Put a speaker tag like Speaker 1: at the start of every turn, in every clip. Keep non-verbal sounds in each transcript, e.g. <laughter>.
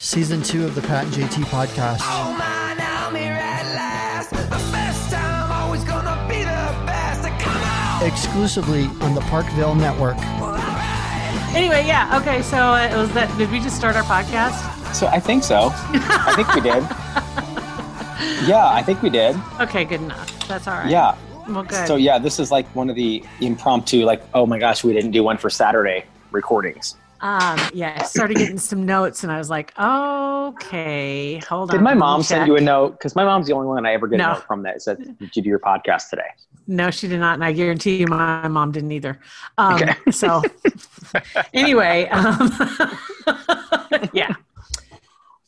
Speaker 1: season two of the Pat and JT podcast.
Speaker 2: Oh man, I'm here at last. The best time, always gonna be the best. Come on!
Speaker 1: exclusively on the Parkville Network.
Speaker 3: Anyway, yeah. Okay, so uh, it was that. Did we just start our podcast?
Speaker 4: So I think so. I
Speaker 3: <laughs>
Speaker 4: think we did. Yeah, I think we did.
Speaker 3: Okay, good enough. That's all right.
Speaker 4: Yeah.
Speaker 3: Well, good.
Speaker 4: So yeah, this is like one of the impromptu, like, oh my gosh, we didn't do one for Saturday recordings.
Speaker 3: Um, yeah. I started getting some notes, and I was like, okay, hold on.
Speaker 4: Did my
Speaker 3: let me
Speaker 4: mom
Speaker 3: check.
Speaker 4: send you a note? Because my mom's the only one I ever get
Speaker 3: No.
Speaker 4: a note from that said, "Did you do your podcast today?"
Speaker 3: No, she did not, and I guarantee you, my mom didn't either. Um,
Speaker 4: Okay.
Speaker 3: <laughs>
Speaker 4: <laughs>
Speaker 3: So, anyway, um, <laughs> yeah.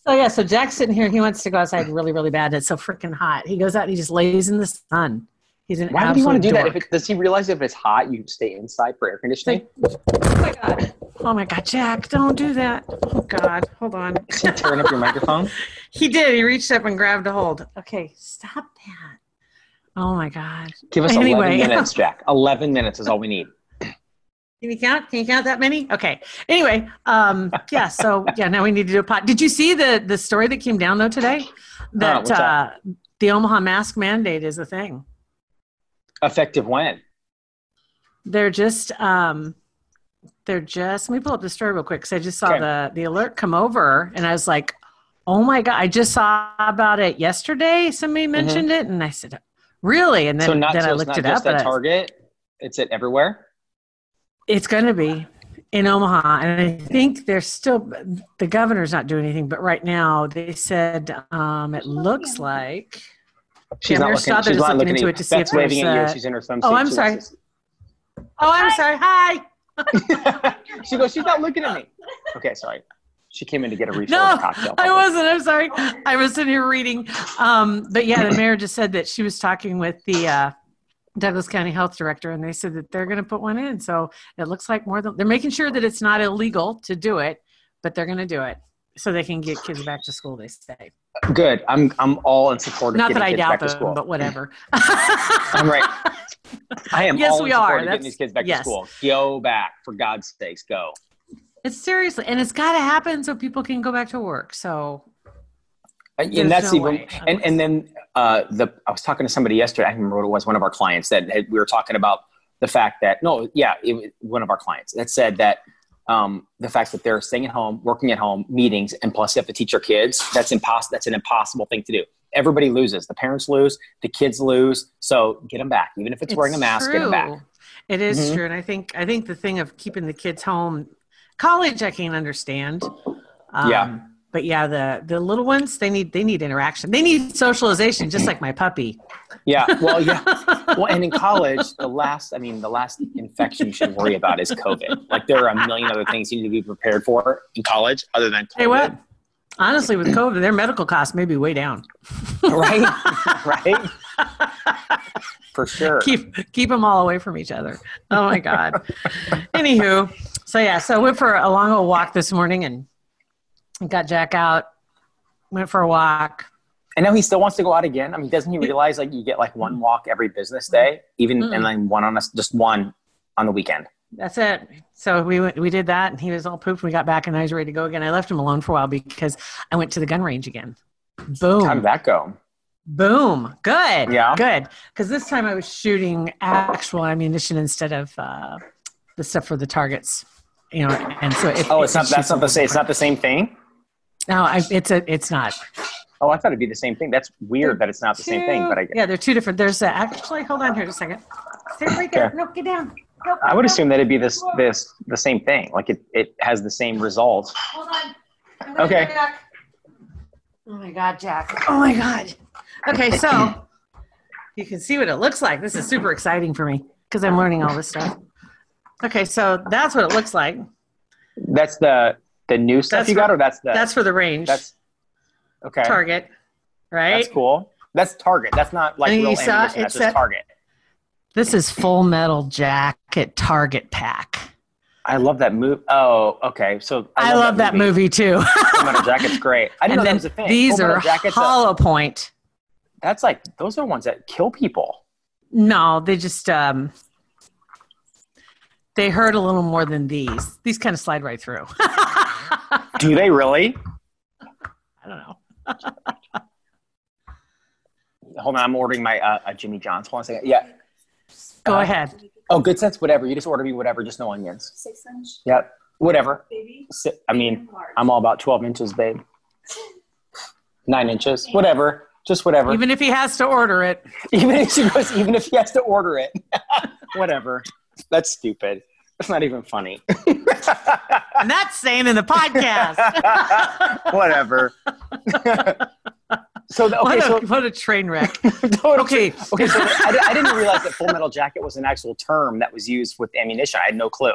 Speaker 3: So yeah, so Jack's sitting here. He wants to go outside really, really bad. It's so freaking hot. He goes out and he just lays in the sun. He's an
Speaker 4: Why would he want to do
Speaker 3: absolute
Speaker 4: that? If
Speaker 3: dork.
Speaker 4: it, does he realize if it's hot, you stay inside for air conditioning?
Speaker 3: Oh my God, Jack, don't do that. Oh God, hold on.
Speaker 4: Does he turn up
Speaker 3: <laughs>
Speaker 4: your microphone?
Speaker 3: He did. He reached up and grabbed a hold. Okay, stop that. Oh my God.
Speaker 4: Give us
Speaker 3: Anyway.
Speaker 4: 11 minutes, Jack. 11 minutes is all we need.
Speaker 3: Can you count? Can you count that many? Okay. Anyway, um, yeah. So yeah, now we need to do a pot. Did you see the the story that came down though today? That
Speaker 4: what's
Speaker 3: uh,
Speaker 4: that?
Speaker 3: the Omaha mask mandate is a thing.
Speaker 4: Effective when?
Speaker 3: They're just um, they're just. Let me pull up the story real quick because I just saw
Speaker 4: Okay.
Speaker 3: the the alert come over, and I was like, oh my god! I just saw about it yesterday. Somebody mentioned it, and I said, really? And then
Speaker 4: Mm-hmm. so not
Speaker 3: then
Speaker 4: so
Speaker 3: I
Speaker 4: it's
Speaker 3: looked
Speaker 4: not
Speaker 3: it
Speaker 4: just
Speaker 3: up.
Speaker 4: at
Speaker 3: and I-
Speaker 4: Target. It's at everywhere.
Speaker 3: It's going to be in Omaha, and I think they're still the governor's not doing anything. But right now, they said um, it looks like. Yeah,
Speaker 4: She's not
Speaker 3: Mayor
Speaker 4: looking.
Speaker 3: Stothard is
Speaker 4: She's not
Speaker 3: looking
Speaker 4: looking at
Speaker 3: into
Speaker 4: you.
Speaker 3: it to see if
Speaker 4: That's waving
Speaker 3: there's,
Speaker 4: at
Speaker 3: uh,
Speaker 4: you. She's in her swimsuit.
Speaker 3: oh, I'm
Speaker 4: She
Speaker 3: sorry.
Speaker 4: wants
Speaker 3: Oh, I'm sorry. Hi.
Speaker 4: to- <laughs> she goes. She's not looking at me. Okay, sorry. She came in to get a refill
Speaker 3: No,
Speaker 4: of cocktail.
Speaker 3: I
Speaker 4: bubble.
Speaker 3: wasn't. I'm sorry. I was sitting here reading. Um, but
Speaker 4: <clears throat>
Speaker 3: yeah, the mayor just said that she was talking with the uh, Douglas County Health Director, and they said that they're going to put one in. So it looks like more than they're making sure that it's not illegal to do it, but they're going to do it so they can get kids back to school. They say.
Speaker 4: Good. I'm. I'm all in support of
Speaker 3: Not
Speaker 4: getting
Speaker 3: that I
Speaker 4: kids
Speaker 3: doubt
Speaker 4: back to
Speaker 3: them,
Speaker 4: school.
Speaker 3: but whatever.
Speaker 4: <laughs>
Speaker 3: <laughs>
Speaker 4: I'm right. I am
Speaker 3: Yes,
Speaker 4: all
Speaker 3: we
Speaker 4: in support
Speaker 3: are.
Speaker 4: of
Speaker 3: That's-
Speaker 4: getting these kids back
Speaker 3: yes.
Speaker 4: to school. Go back, for God's sakes, go.
Speaker 3: It's seriously, and it's got to happen so people can go back to work. So
Speaker 4: And
Speaker 3: There's
Speaker 4: that's
Speaker 3: no
Speaker 4: even,
Speaker 3: way.
Speaker 4: and, and then uh, the, I was talking to somebody yesterday, I can't remember what it was, one of our clients that had, we were talking about the fact that, no, yeah, it, was one of our clients that said that um, the fact that they're staying at home, working at home, meetings, and plus you have to teach your kids, that's impossible. That's an impossible thing to do. Everybody loses. The parents lose, the kids lose. So get them back. Even if it's, wearing a mask, get them back.
Speaker 3: true. It is
Speaker 4: Mhm.
Speaker 3: true, and I think I think the thing of keeping the kids home, college I can understand. Um,
Speaker 4: Yeah.
Speaker 3: but yeah, the the little ones they need they need interaction, they need socialization, just like my puppy. <laughs>
Speaker 4: Yeah. Well, yeah. well, and in college, the last, I mean, the last infection you should worry about is COVID. Like there are a million other things you need to be prepared for in college other than COVID.
Speaker 3: Hey, what? Honestly, with COVID, their medical costs may be way down.
Speaker 4: <laughs> Right? right? For sure.
Speaker 3: keep keep them all away from each other. Oh my
Speaker 4: <laughs>
Speaker 3: god. Anywho, so yeah, so went for a long old walk this morning and got Jack out. Went for a walk.
Speaker 4: and now he still wants to go out again. I mean, doesn't he realize like you get like one walk every business day, even
Speaker 3: Mm.
Speaker 4: and then one on us, just one on the weekend.
Speaker 3: That's it. So we went, we did that, and he was all pooped. We got back, and I was ready to go again. I left him alone for a while because I went to the gun range again.
Speaker 4: How
Speaker 3: Boom!
Speaker 4: did that go?
Speaker 3: Boom! Good.
Speaker 4: Yeah.
Speaker 3: Good. Because this time I was shooting actual ammunition instead of uh, the stuff for the targets. You know, and so it,
Speaker 4: Oh, it's not. That's not the same.
Speaker 3: same.
Speaker 4: It's not the same thing.
Speaker 3: No, I, it's a. It's not.
Speaker 4: Oh, I thought it'd be the same thing. That's weird that it's not the same thing. But I,
Speaker 3: yeah, they're two different. There's uh, actually, hold on here just a second. Stay right there.
Speaker 4: Okay.
Speaker 3: No, get down. No,
Speaker 4: I would assume that it'd be this this the same thing. Like it, it has the same results.
Speaker 3: Hold on. I'm gonna
Speaker 4: Okay.
Speaker 3: go back. Oh my God, Jack. Oh my God. Okay,
Speaker 4: <clears throat>
Speaker 3: so you can see what it looks like. This is super exciting for me because I'm learning all this stuff. Okay, so that's what it looks like.
Speaker 4: That's the the new stuff
Speaker 3: That's
Speaker 4: you got, or that's the
Speaker 3: That's for the range
Speaker 4: that's okay.
Speaker 3: target, right?
Speaker 4: That's cool. That's Target. That's not like
Speaker 3: And
Speaker 4: real
Speaker 3: you saw
Speaker 4: ammunition.
Speaker 3: it
Speaker 4: That's
Speaker 3: said-
Speaker 4: just Target.
Speaker 3: This is full metal jacket target pack.
Speaker 4: I love that movie. Oh, okay. So
Speaker 3: I, love, that, movie. too.
Speaker 4: Full Metal Jacket's great. I
Speaker 3: and
Speaker 4: didn't know that
Speaker 3: then
Speaker 4: was a thing.
Speaker 3: these
Speaker 4: Full Metal
Speaker 3: are
Speaker 4: Jacket's a-
Speaker 3: hollow point.
Speaker 4: that's like those are ones that kill people.
Speaker 3: No, they just um they hurt <laughs> a little more than these. These kind of slide right through.
Speaker 4: Do they really?
Speaker 3: I don't know.
Speaker 4: Hold on, I'm ordering my uh, uh, Jimmy John's. Hold on a second. Yeah.
Speaker 3: Go
Speaker 4: Uh,
Speaker 3: ahead.
Speaker 4: Oh, good sense. Whatever. You just order me whatever, just no onions.
Speaker 5: Six inch
Speaker 4: Yep. Whatever.
Speaker 5: baby.
Speaker 4: Si- I mean,
Speaker 5: Large.
Speaker 4: I'm all about 12 inches, babe. Nine inches. Whatever. Just whatever.
Speaker 3: Even
Speaker 4: Even,
Speaker 3: if he has to order it,
Speaker 4: if she goes, even if he has to order it. <laughs> whatever. That's stupid. That's not
Speaker 3: <laughs>
Speaker 4: even funny.
Speaker 3: and that's saying in the
Speaker 4: <laughs>
Speaker 3: podcast.
Speaker 4: whatever. so the, okay,
Speaker 3: what, a,
Speaker 4: so
Speaker 3: what a train
Speaker 4: <laughs>
Speaker 3: wreck.
Speaker 4: total-
Speaker 3: Okay.
Speaker 4: Okay, so I, I didn't realize that Full Metal Jacket was an actual term that was used with ammunition. I had no clue.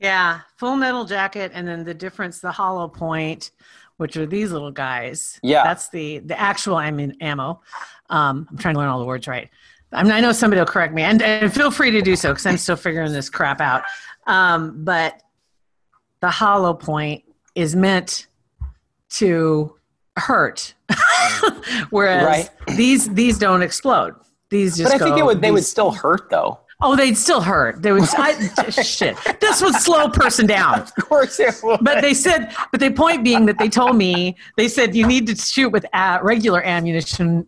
Speaker 3: Yeah, full metal jacket, and then the difference, the hollow point, which are these little guys.
Speaker 4: Yeah.
Speaker 3: that's the the actual ammo. ammo. Um, I'm trying to learn all the words right. I, mean, I know somebody will correct me, and, and feel free to do so because I'm still figuring this crap out. Um, but the hollow point is meant to hurt, <laughs> whereas
Speaker 4: Right.
Speaker 3: these these don't explode. These just
Speaker 4: But I think
Speaker 3: go-
Speaker 4: it would, they would
Speaker 3: these-
Speaker 4: still hurt, though. <laughs>
Speaker 3: Oh, they'd still hurt. They would. I, shit. This would slow a person down.
Speaker 4: Of course it would.
Speaker 3: But they said. But the point being that they told me they said you need to shoot with uh, regular ammunition,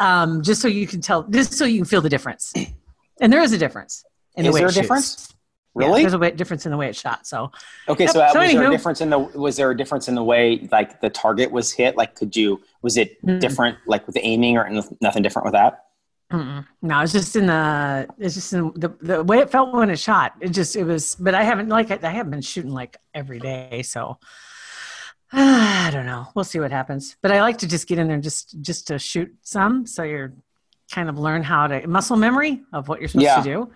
Speaker 3: um, just so you can tell, just so you can feel the difference. And there is a difference. In the
Speaker 4: Is
Speaker 3: way
Speaker 4: there
Speaker 3: it
Speaker 4: a difference?
Speaker 3: shoots. Yeah,
Speaker 4: really?
Speaker 3: there's a way, difference in the way it shot. So
Speaker 4: okay, so,
Speaker 3: Yep,
Speaker 4: uh,
Speaker 3: so
Speaker 4: was there
Speaker 3: anywho.
Speaker 4: a difference in the was there a difference in the way like the target was hit? Like, could you was it
Speaker 3: Mm.
Speaker 4: different like with the aiming or n- nothing different with that?
Speaker 3: Mm-mm. No, it's just in the it's just in the the way it felt when it shot. It just it was, but I haven't like I haven't been shooting like every day, so <sighs> I don't know. We'll see what happens. But I like to just get in there and just just to shoot some, so you're kind of learn how to muscle memory of what you're supposed
Speaker 4: Yeah.
Speaker 3: to do.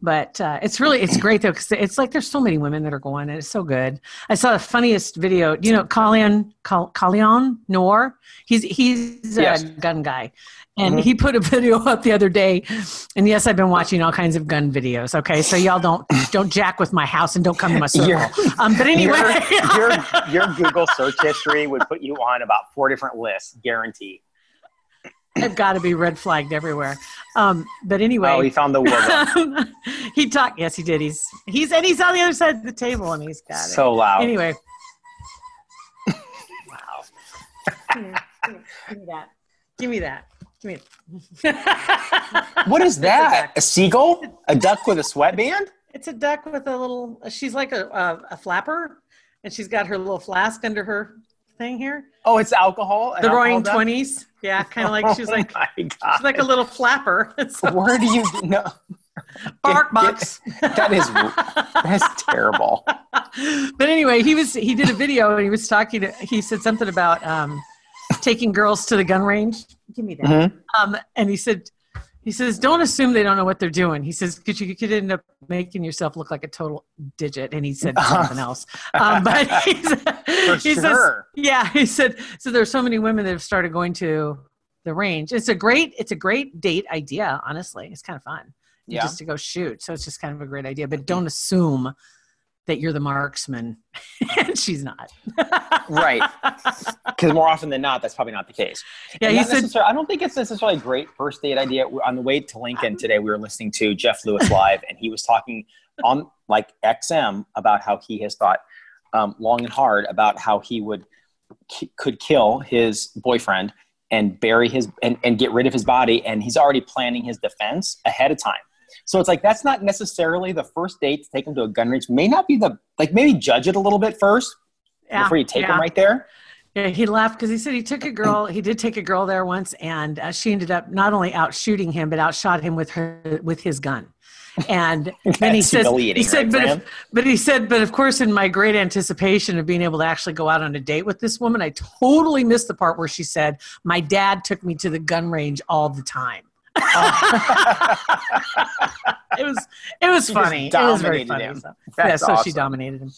Speaker 3: But uh, it's really it's great though because it's like there's so many women that are going and it's so good. I saw the funniest video. You know, Colin Col- Colin Noor. He's he's a
Speaker 4: Yes.
Speaker 3: gun guy, and
Speaker 4: Mhm.
Speaker 3: he put a <laughs> video up the other day. And yes, I've been watching all kinds of gun videos. Okay, so y'all don't don't jack with my house and don't come
Speaker 4: <laughs>
Speaker 3: to my circle.
Speaker 4: Your-
Speaker 3: Um, but anyway,
Speaker 4: <laughs> your, your your Google search history would put you on about four different lists, guarantee.
Speaker 3: <laughs> I've got to be red flagged everywhere. Um, but anyway, <laughs>
Speaker 4: Oh, he found the wiggle.
Speaker 3: he talked. Yes, he did. He's he's and he's on the other side of the table, and he's got it.
Speaker 4: so loud. <laughs>
Speaker 3: anyway. wow. Give me that. Give me that. Give me. It. <laughs>
Speaker 4: What is that?
Speaker 3: duck.
Speaker 4: A seagull? A duck with a sweatband?
Speaker 3: it's a duck with a little. She's like a, a a flapper, and she's got her little flask under her thing here.
Speaker 4: Oh, it's alcohol. an
Speaker 3: The
Speaker 4: alcohol
Speaker 3: Roaring
Speaker 4: duck?
Speaker 3: Twenties. Yeah, kind of like she was like
Speaker 4: oh my
Speaker 3: she's
Speaker 4: God.
Speaker 3: like a little flapper. <laughs> It's a
Speaker 4: <laughs> Where do you know?
Speaker 3: bark
Speaker 4: get- <laughs>
Speaker 3: box.
Speaker 4: That is that's terrible.
Speaker 3: but anyway, he was he did a video and he was talking. To, he said something about um, taking girls to the gun range. Give me that.
Speaker 4: Mhm.
Speaker 3: Um, and he said, he says, don't assume they don't know what they're doing. He says, because you could end up making yourself look like a total digit. And he said something else. Um, but
Speaker 4: <laughs>
Speaker 3: he, said,
Speaker 4: Uh-huh. For
Speaker 3: <laughs> he says,
Speaker 4: sure.
Speaker 3: yeah, he said. So there's so many women that have started going to the range. It's a great, it's a great date idea. Honestly, it's kind of fun
Speaker 4: yeah.
Speaker 3: just to go shoot. So it's just kind of a great idea, but don't assume that you're the marksman <laughs> and she's not.
Speaker 4: Right. Because more often than not, that's probably not the case.
Speaker 3: Yeah,
Speaker 4: And
Speaker 3: he
Speaker 4: not
Speaker 3: said,
Speaker 4: necessar- I don't think it's necessarily a great first date idea. We- On the way to Lincoln today, we were listening to Jeff
Speaker 3: <laughs>
Speaker 4: Lewis live, and he was talking on like XM about how he has thought um, long and hard about how he would ki- could kill his boyfriend and bury his and, and get rid of his body, and he's already planning his defense ahead of time. So it's like that's not necessarily the first date to take him to a gun range. May not be the like maybe judge it a little bit first
Speaker 3: yeah,
Speaker 4: before you take
Speaker 3: yeah.
Speaker 4: him right there.
Speaker 3: Yeah, he laughed because he said he took a girl. He did take a girl there once, and uh, she ended up not only out shooting him, but outshot him with her with his gun. And then he
Speaker 4: <laughs> That's
Speaker 3: says, he
Speaker 4: humiliating,
Speaker 3: said,
Speaker 4: right,
Speaker 3: but,
Speaker 4: Fran?
Speaker 3: if, but he said, but of course, in my great anticipation of being able to actually go out on a date with this woman, I totally missed the part where she said, "My dad took me to the gun range all the time." Oh.
Speaker 4: <laughs>
Speaker 3: <laughs> it was it was
Speaker 4: She just
Speaker 3: funny. It was very
Speaker 4: dominated
Speaker 3: funny.
Speaker 4: him.
Speaker 3: so- <laughs>
Speaker 4: That's
Speaker 3: yeah, so she
Speaker 4: awesome.
Speaker 3: dominated
Speaker 4: <laughs>
Speaker 3: him.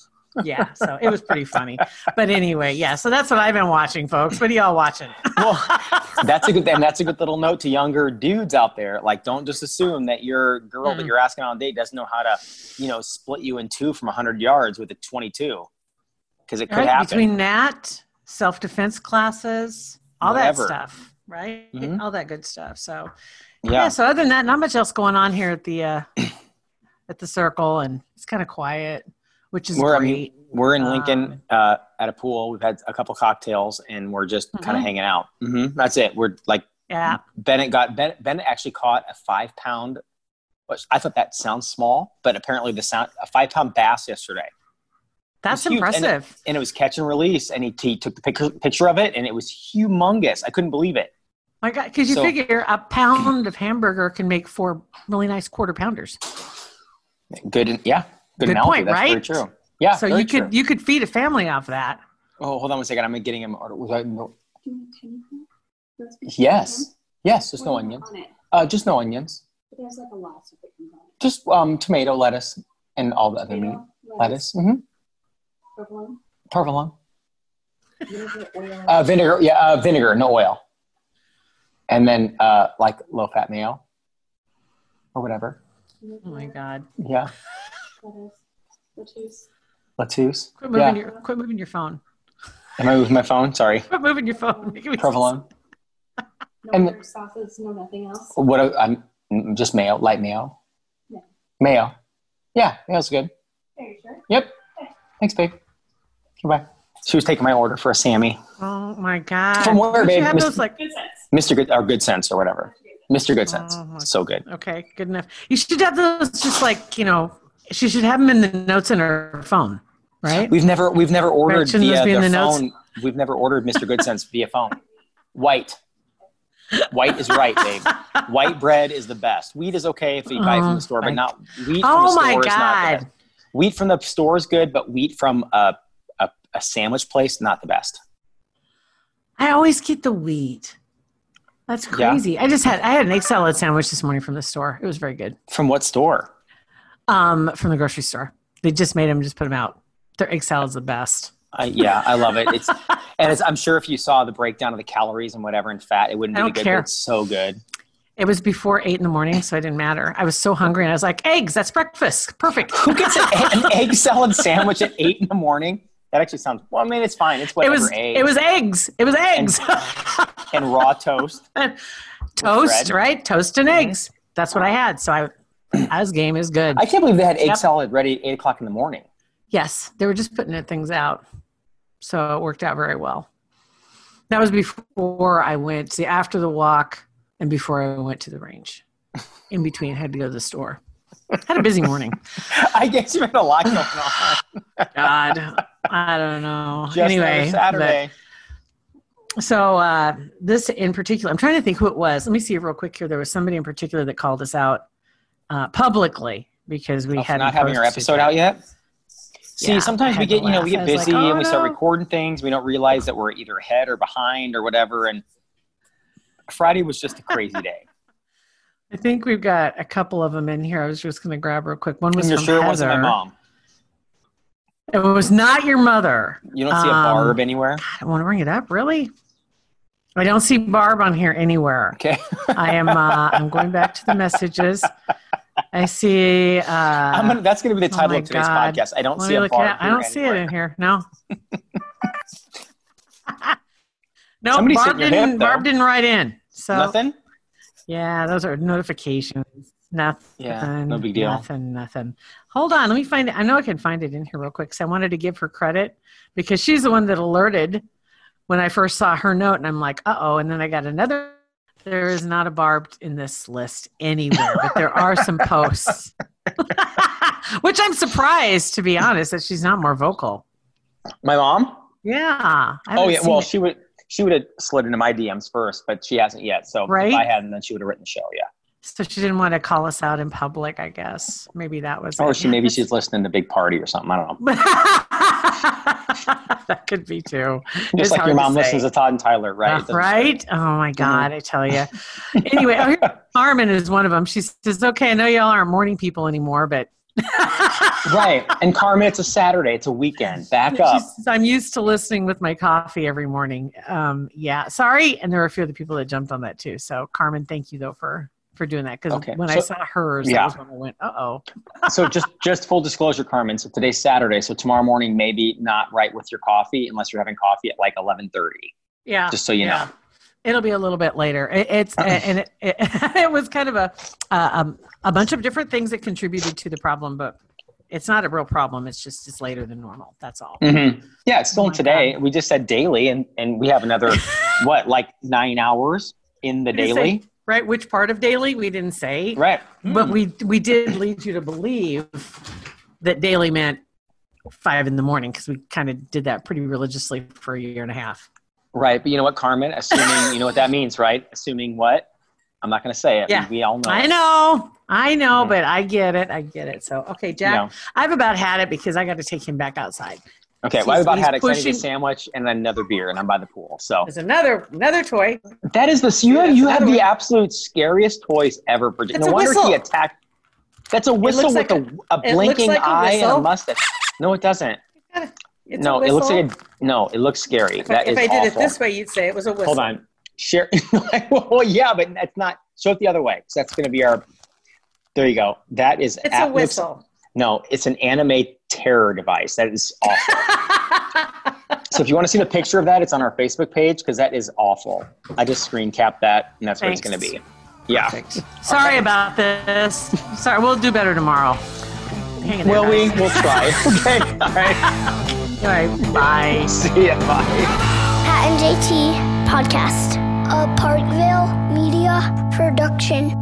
Speaker 3: Yeah, so it was pretty funny. But anyway, yeah, so that's what I've been watching, folks. What are y'all watching?
Speaker 4: well,
Speaker 3: <laughs>
Speaker 4: that's a good and that's a good little note to younger dudes out there. Like, don't just assume that your girl that
Speaker 3: Mhm.
Speaker 4: you're asking on a date doesn't know how to, you know, split you in two from 100 yards with a 22, because it could
Speaker 3: Right,
Speaker 4: happen.
Speaker 3: Between that, self defense classes, all
Speaker 4: Whatever.
Speaker 3: that stuff, right?
Speaker 4: Mhm.
Speaker 3: All that good stuff. So
Speaker 4: yeah.
Speaker 3: yeah. So other than
Speaker 4: <coughs>
Speaker 3: that, not much else going on here at the uh, at the circle, and it's kind of quiet. which is
Speaker 4: we're I
Speaker 3: great.
Speaker 4: mean, we're in
Speaker 3: Um,
Speaker 4: Lincoln uh, at a pool. We've had a couple cocktails and we're just kind
Speaker 3: Mhm.
Speaker 4: of hanging out. hmm That's it. We're like
Speaker 3: yeah.
Speaker 4: Bennett got Bennett, Bennett actually caught a five pound. which I thought that sounds small, but apparently the sound a five pound bass yesterday,
Speaker 3: That's
Speaker 4: huge, and it-
Speaker 3: impressive.
Speaker 4: and it was catch and release. And he, he took the picture, picture of it, and it was humongous. I couldn't believe it.
Speaker 3: My God, because you
Speaker 4: so-
Speaker 3: figure a pound of hamburger can make four really nice quarter pounders.
Speaker 4: Good, yeah, good,
Speaker 3: Good
Speaker 4: analogy.
Speaker 3: point,
Speaker 4: That's very
Speaker 3: right?
Speaker 4: true. Yeah,
Speaker 3: so
Speaker 4: very
Speaker 3: you
Speaker 4: true.
Speaker 3: could you could feed a family off that.
Speaker 4: Oh, hold on one second. I'm getting him. order- was I- no-
Speaker 5: Do you want anything? Roast beef
Speaker 4: Yes, yes, just
Speaker 5: chicken?
Speaker 4: no
Speaker 5: What do you
Speaker 4: onions.
Speaker 5: want on it?
Speaker 4: Uh, just no onions.
Speaker 5: But There's like a lot of it comes on it.
Speaker 4: Just um, tomato, lettuce, and all the other meat.
Speaker 5: Tomato,
Speaker 4: Lettuce, hmm
Speaker 5: provolone,
Speaker 4: provolone,
Speaker 5: vinegar, oil,
Speaker 4: uh, vinegar. Yeah, uh, vinegar, no oil. And then uh, like low-fat mayo or whatever.
Speaker 5: vinegar,
Speaker 3: Oh my God!
Speaker 4: Yeah,
Speaker 5: lettuce, lettuce.
Speaker 4: lettuce.
Speaker 3: Quit moving
Speaker 4: Yeah.
Speaker 3: your quit moving your phone. <laughs>
Speaker 4: Am I moving my phone? Sorry.
Speaker 3: Quit moving your phone. Making me-
Speaker 4: Provolone.
Speaker 5: No
Speaker 4: And-
Speaker 5: other sauces, no nothing else.
Speaker 4: What? a- I'm mm, just mayo, light mayo.
Speaker 5: Yeah.
Speaker 4: Mayo. Yeah, mayo's good.
Speaker 5: Are you sure?
Speaker 4: Yep. Thanks, babe. Goodbye. She was taking my order for a Sammy.
Speaker 3: Oh my God!
Speaker 4: From where,
Speaker 3: Don't
Speaker 4: babe?
Speaker 3: You have
Speaker 4: Miss-
Speaker 3: those like
Speaker 5: Good sense.
Speaker 4: Mr. Good or Good Sense or whatever. Mr. Good Sense.
Speaker 3: Oh, my-
Speaker 4: so good.
Speaker 3: okay, good enough. You should have those just like you know. She should have them in the notes in her phone,
Speaker 4: <laughs>
Speaker 3: right?
Speaker 4: We've never we've never ordered
Speaker 3: shouldn't those
Speaker 4: via
Speaker 3: be in
Speaker 4: the,
Speaker 3: the notes?
Speaker 4: phone. We've never ordered Mr. Good Sense via phone. White. White is right, babe. White bread is the best. Wheat is okay if you buy it from
Speaker 3: Oh,
Speaker 4: the store,
Speaker 3: my-
Speaker 4: but not wheat from the
Speaker 3: Oh
Speaker 4: store
Speaker 3: my
Speaker 4: is not the
Speaker 3: God!
Speaker 4: best. Wheat from the store is good, but wheat from a, a, a sandwich place, not the best.
Speaker 3: I always get the wheat. That's
Speaker 4: Yeah.
Speaker 3: crazy. I just had I had an egg salad sandwich this morning from the store. It was very good.
Speaker 4: From what store?
Speaker 3: Um, from the grocery store. They just made them, just put them out. Their egg salad's the best.
Speaker 4: I yeah, I love it.
Speaker 3: <laughs>
Speaker 4: It's and it's, I'm sure if you saw the breakdown of the calories and whatever and fat, it wouldn't
Speaker 3: I
Speaker 4: be
Speaker 3: don't
Speaker 4: good.
Speaker 3: care.
Speaker 4: But it's so good.
Speaker 3: It was before eight in the morning, so it didn't matter. I was so hungry, and I was like, "Eggs, that's breakfast, perfect."
Speaker 4: Who gets an, an <laughs> egg salad sandwich at eight in the morning? That actually sounds well. I mean, it's fine.
Speaker 3: <laughs>
Speaker 4: It's
Speaker 3: It
Speaker 4: whatever
Speaker 3: was
Speaker 4: egg
Speaker 3: it was eggs. It was eggs. <laughs>
Speaker 4: and raw toast.
Speaker 3: Toast,
Speaker 4: bread. Mm-hmm.
Speaker 3: right? Toast and eggs. That's what I had. So I, as game is good.
Speaker 4: I can't believe they had egg
Speaker 3: Yep.
Speaker 4: salad ready at eight o'clock in the morning. <laughs>
Speaker 3: Yes, they were just putting their things out. So it worked out very well. That was before I went, see, after the walk and before I went to the range. In between, I had to go to the store. had a busy
Speaker 4: <laughs>
Speaker 3: morning.
Speaker 4: I guess you had a lot going on.
Speaker 3: God, I don't know.
Speaker 4: Just
Speaker 3: anyway,
Speaker 4: another
Speaker 3: but-
Speaker 4: Saturday.
Speaker 3: so uh, this in particular, I'm trying to think who it was. Let me see real quick here. There was somebody in particular that called us out uh, publicly because we
Speaker 4: Oh, for
Speaker 3: had
Speaker 4: not having our episode out yet. See,
Speaker 3: Yeah,
Speaker 4: sometimes
Speaker 3: I
Speaker 4: we
Speaker 3: had to
Speaker 4: get you know
Speaker 3: laugh.
Speaker 4: we
Speaker 3: I
Speaker 4: get
Speaker 3: was like,
Speaker 4: busy
Speaker 3: "Oh,
Speaker 4: and we start
Speaker 3: no."
Speaker 4: recording things. We don't realize that we're either ahead or behind or whatever. And Friday was just a crazy
Speaker 3: <laughs>
Speaker 4: day.
Speaker 3: I think we've got a couple of them in here. I was just going to grab real quick. One
Speaker 4: And
Speaker 3: was
Speaker 4: you're
Speaker 3: from
Speaker 4: sure it
Speaker 3: Heather.
Speaker 4: wasn't my mom.
Speaker 3: It was not your mother.
Speaker 4: You don't see a
Speaker 3: Um,
Speaker 4: barb anywhere.
Speaker 3: I don't want to bring it up, really. I don't see Barb on here anywhere.
Speaker 4: Okay. <laughs>
Speaker 3: I am. Uh, I'm going back to the messages. I see. Uh,
Speaker 4: I'm gonna, that's going to be the
Speaker 3: oh
Speaker 4: title
Speaker 3: my
Speaker 4: of today's
Speaker 3: God.
Speaker 4: podcast. I don't
Speaker 3: let
Speaker 4: see
Speaker 3: me
Speaker 4: a
Speaker 3: look it
Speaker 4: barb.
Speaker 3: up. I don't
Speaker 4: here
Speaker 3: see it
Speaker 4: anywhere.
Speaker 3: in here.
Speaker 4: <laughs>
Speaker 3: No. <laughs> no,
Speaker 4: Somebody
Speaker 3: Barb
Speaker 4: sent your
Speaker 3: didn't.
Speaker 4: hip, though.
Speaker 3: Barb didn't write in. So
Speaker 4: Nothing.
Speaker 3: yeah, those are notifications. Nothing.
Speaker 4: Yeah, no big deal.
Speaker 3: Nothing. Nothing. Hold on. Let me find it. I know I can find it in here real quick. So I wanted to give her credit because she's the one that alerted when I first saw her note, and I'm like, uh oh. And then I got another. There is not a barbed in this list anywhere, but there are some posts, <laughs> which I'm surprised to be honest that she's not more vocal.
Speaker 4: My mom.
Speaker 3: Yeah. I
Speaker 4: Oh
Speaker 3: haven't
Speaker 4: yeah.
Speaker 3: seen
Speaker 4: Well,
Speaker 3: it.
Speaker 4: she would. She would have slid into my DMs first, but she hasn't yet. So
Speaker 3: Right?
Speaker 4: if I hadn't, then she would have written the show. Yeah.
Speaker 3: so she didn't want to call us out in public. I guess maybe that was.
Speaker 4: Or
Speaker 3: it.
Speaker 4: she maybe she's listening to Big Party or something. I don't know.
Speaker 3: <laughs> that could be too. It's
Speaker 4: Just like
Speaker 3: hard
Speaker 4: your
Speaker 3: to
Speaker 4: mom
Speaker 3: say.
Speaker 4: listens to Todd and Tyler, right?
Speaker 3: Uh, right? Oh my
Speaker 4: Mm-hmm.
Speaker 3: God, I tell you. Anyway,
Speaker 4: <laughs>
Speaker 3: oh, here- Armin is one of them. She says, "Okay, I know y'all aren't morning people anymore, but
Speaker 4: Right. And Carmen, it's a Saturday. It's a weekend.
Speaker 3: <laughs>
Speaker 4: Back
Speaker 3: She
Speaker 4: up.
Speaker 3: says, I'm used to listening with my coffee every morning." Um, yeah, sorry. And there were a few other people that jumped on that too. So, Carmen, thank you though for for doing that because
Speaker 4: Okay,
Speaker 3: when I
Speaker 4: so-
Speaker 3: saw hers, that
Speaker 4: Yeah.
Speaker 3: was when I went, "Uh oh."
Speaker 4: so just just full disclosure, Carmen. So today's Saturday. So tomorrow morning, maybe not right with your coffee unless you're having coffee at like 11:30.
Speaker 3: Yeah.
Speaker 4: Just so
Speaker 3: Ah,
Speaker 4: you
Speaker 3: yeah.
Speaker 4: know.
Speaker 3: It'll be a little bit later. It, it's and it, it, <laughs> it was kind of a uh, um, a bunch of different things that contributed to the problem, but it's not a real problem. It's just it's later than normal. That's all.
Speaker 4: Mhm. Yeah, it's still
Speaker 3: Oh my
Speaker 4: today. We just said daily, and, and we
Speaker 3: <laughs>
Speaker 4: have another, what, like nine hours in the
Speaker 3: We just
Speaker 4: daily?
Speaker 3: Right? Which part of daily we didn't say,
Speaker 4: right.
Speaker 3: Hmm.
Speaker 4: Mm.
Speaker 3: but we we did lead you to believe that daily meant five in the morning because we kind of did that pretty religiously for a year and a half.
Speaker 4: Right. But you know what, Carmen? Assuming, you know what that means, right? Assuming what? I'm not going to say it.
Speaker 3: Yeah.
Speaker 4: We all know.
Speaker 3: I know, I know,
Speaker 4: Mhm.
Speaker 3: but I get it, I get it. So okay,
Speaker 4: You
Speaker 3: Jack,
Speaker 4: know.
Speaker 3: I've about had it because I got to take him back outside.
Speaker 4: Okay,
Speaker 3: He's-
Speaker 4: well, I've about
Speaker 3: he's
Speaker 4: had a
Speaker 3: pushing-
Speaker 4: pushing... sandwich and another beer, and I'm by the pool. So
Speaker 3: There's another another toy.
Speaker 4: that is the you have
Speaker 3: That's
Speaker 4: you have
Speaker 3: another
Speaker 4: the
Speaker 3: one.
Speaker 4: absolute scariest toys ever. Bridget.
Speaker 3: That's
Speaker 4: No
Speaker 3: a
Speaker 4: wonder
Speaker 3: whistle.
Speaker 4: he attacked. That's a whistle
Speaker 3: looks like
Speaker 4: with a, a,
Speaker 3: looks
Speaker 4: blinking
Speaker 3: like a
Speaker 4: eye and a
Speaker 3: whistle.
Speaker 4: mustache. No, it doesn't.
Speaker 3: It's
Speaker 4: no,
Speaker 3: a
Speaker 4: it looks
Speaker 3: whistle.
Speaker 4: like a no. It looks scary.
Speaker 3: If I-
Speaker 4: That
Speaker 3: if
Speaker 4: is
Speaker 3: I did
Speaker 4: awful.
Speaker 3: it this way, you'd say it was a whistle.
Speaker 4: Hold on, share. <laughs> well, yeah, but that's not. Show it the other way. 'cause that's going to be our. There you go. That is.
Speaker 3: It's
Speaker 4: at-
Speaker 3: a <laughs>
Speaker 4: looks-
Speaker 3: whistle.
Speaker 4: no, it's an anime terror device. That is awful. so if you want to see the picture of that, it's on our Facebook page because that is awful. I just screen capped that, and that's what
Speaker 3: Thanks.
Speaker 4: it's going to be. Yeah.
Speaker 3: Sorry about this. Sorry, we'll do better tomorrow. Hang in there,
Speaker 4: Will we?
Speaker 3: guys.
Speaker 4: We'll try. <laughs> okay. All right.
Speaker 3: All right, bye.
Speaker 4: See ya. Bye.
Speaker 6: Pat and JT Podcast, a Parkville media production.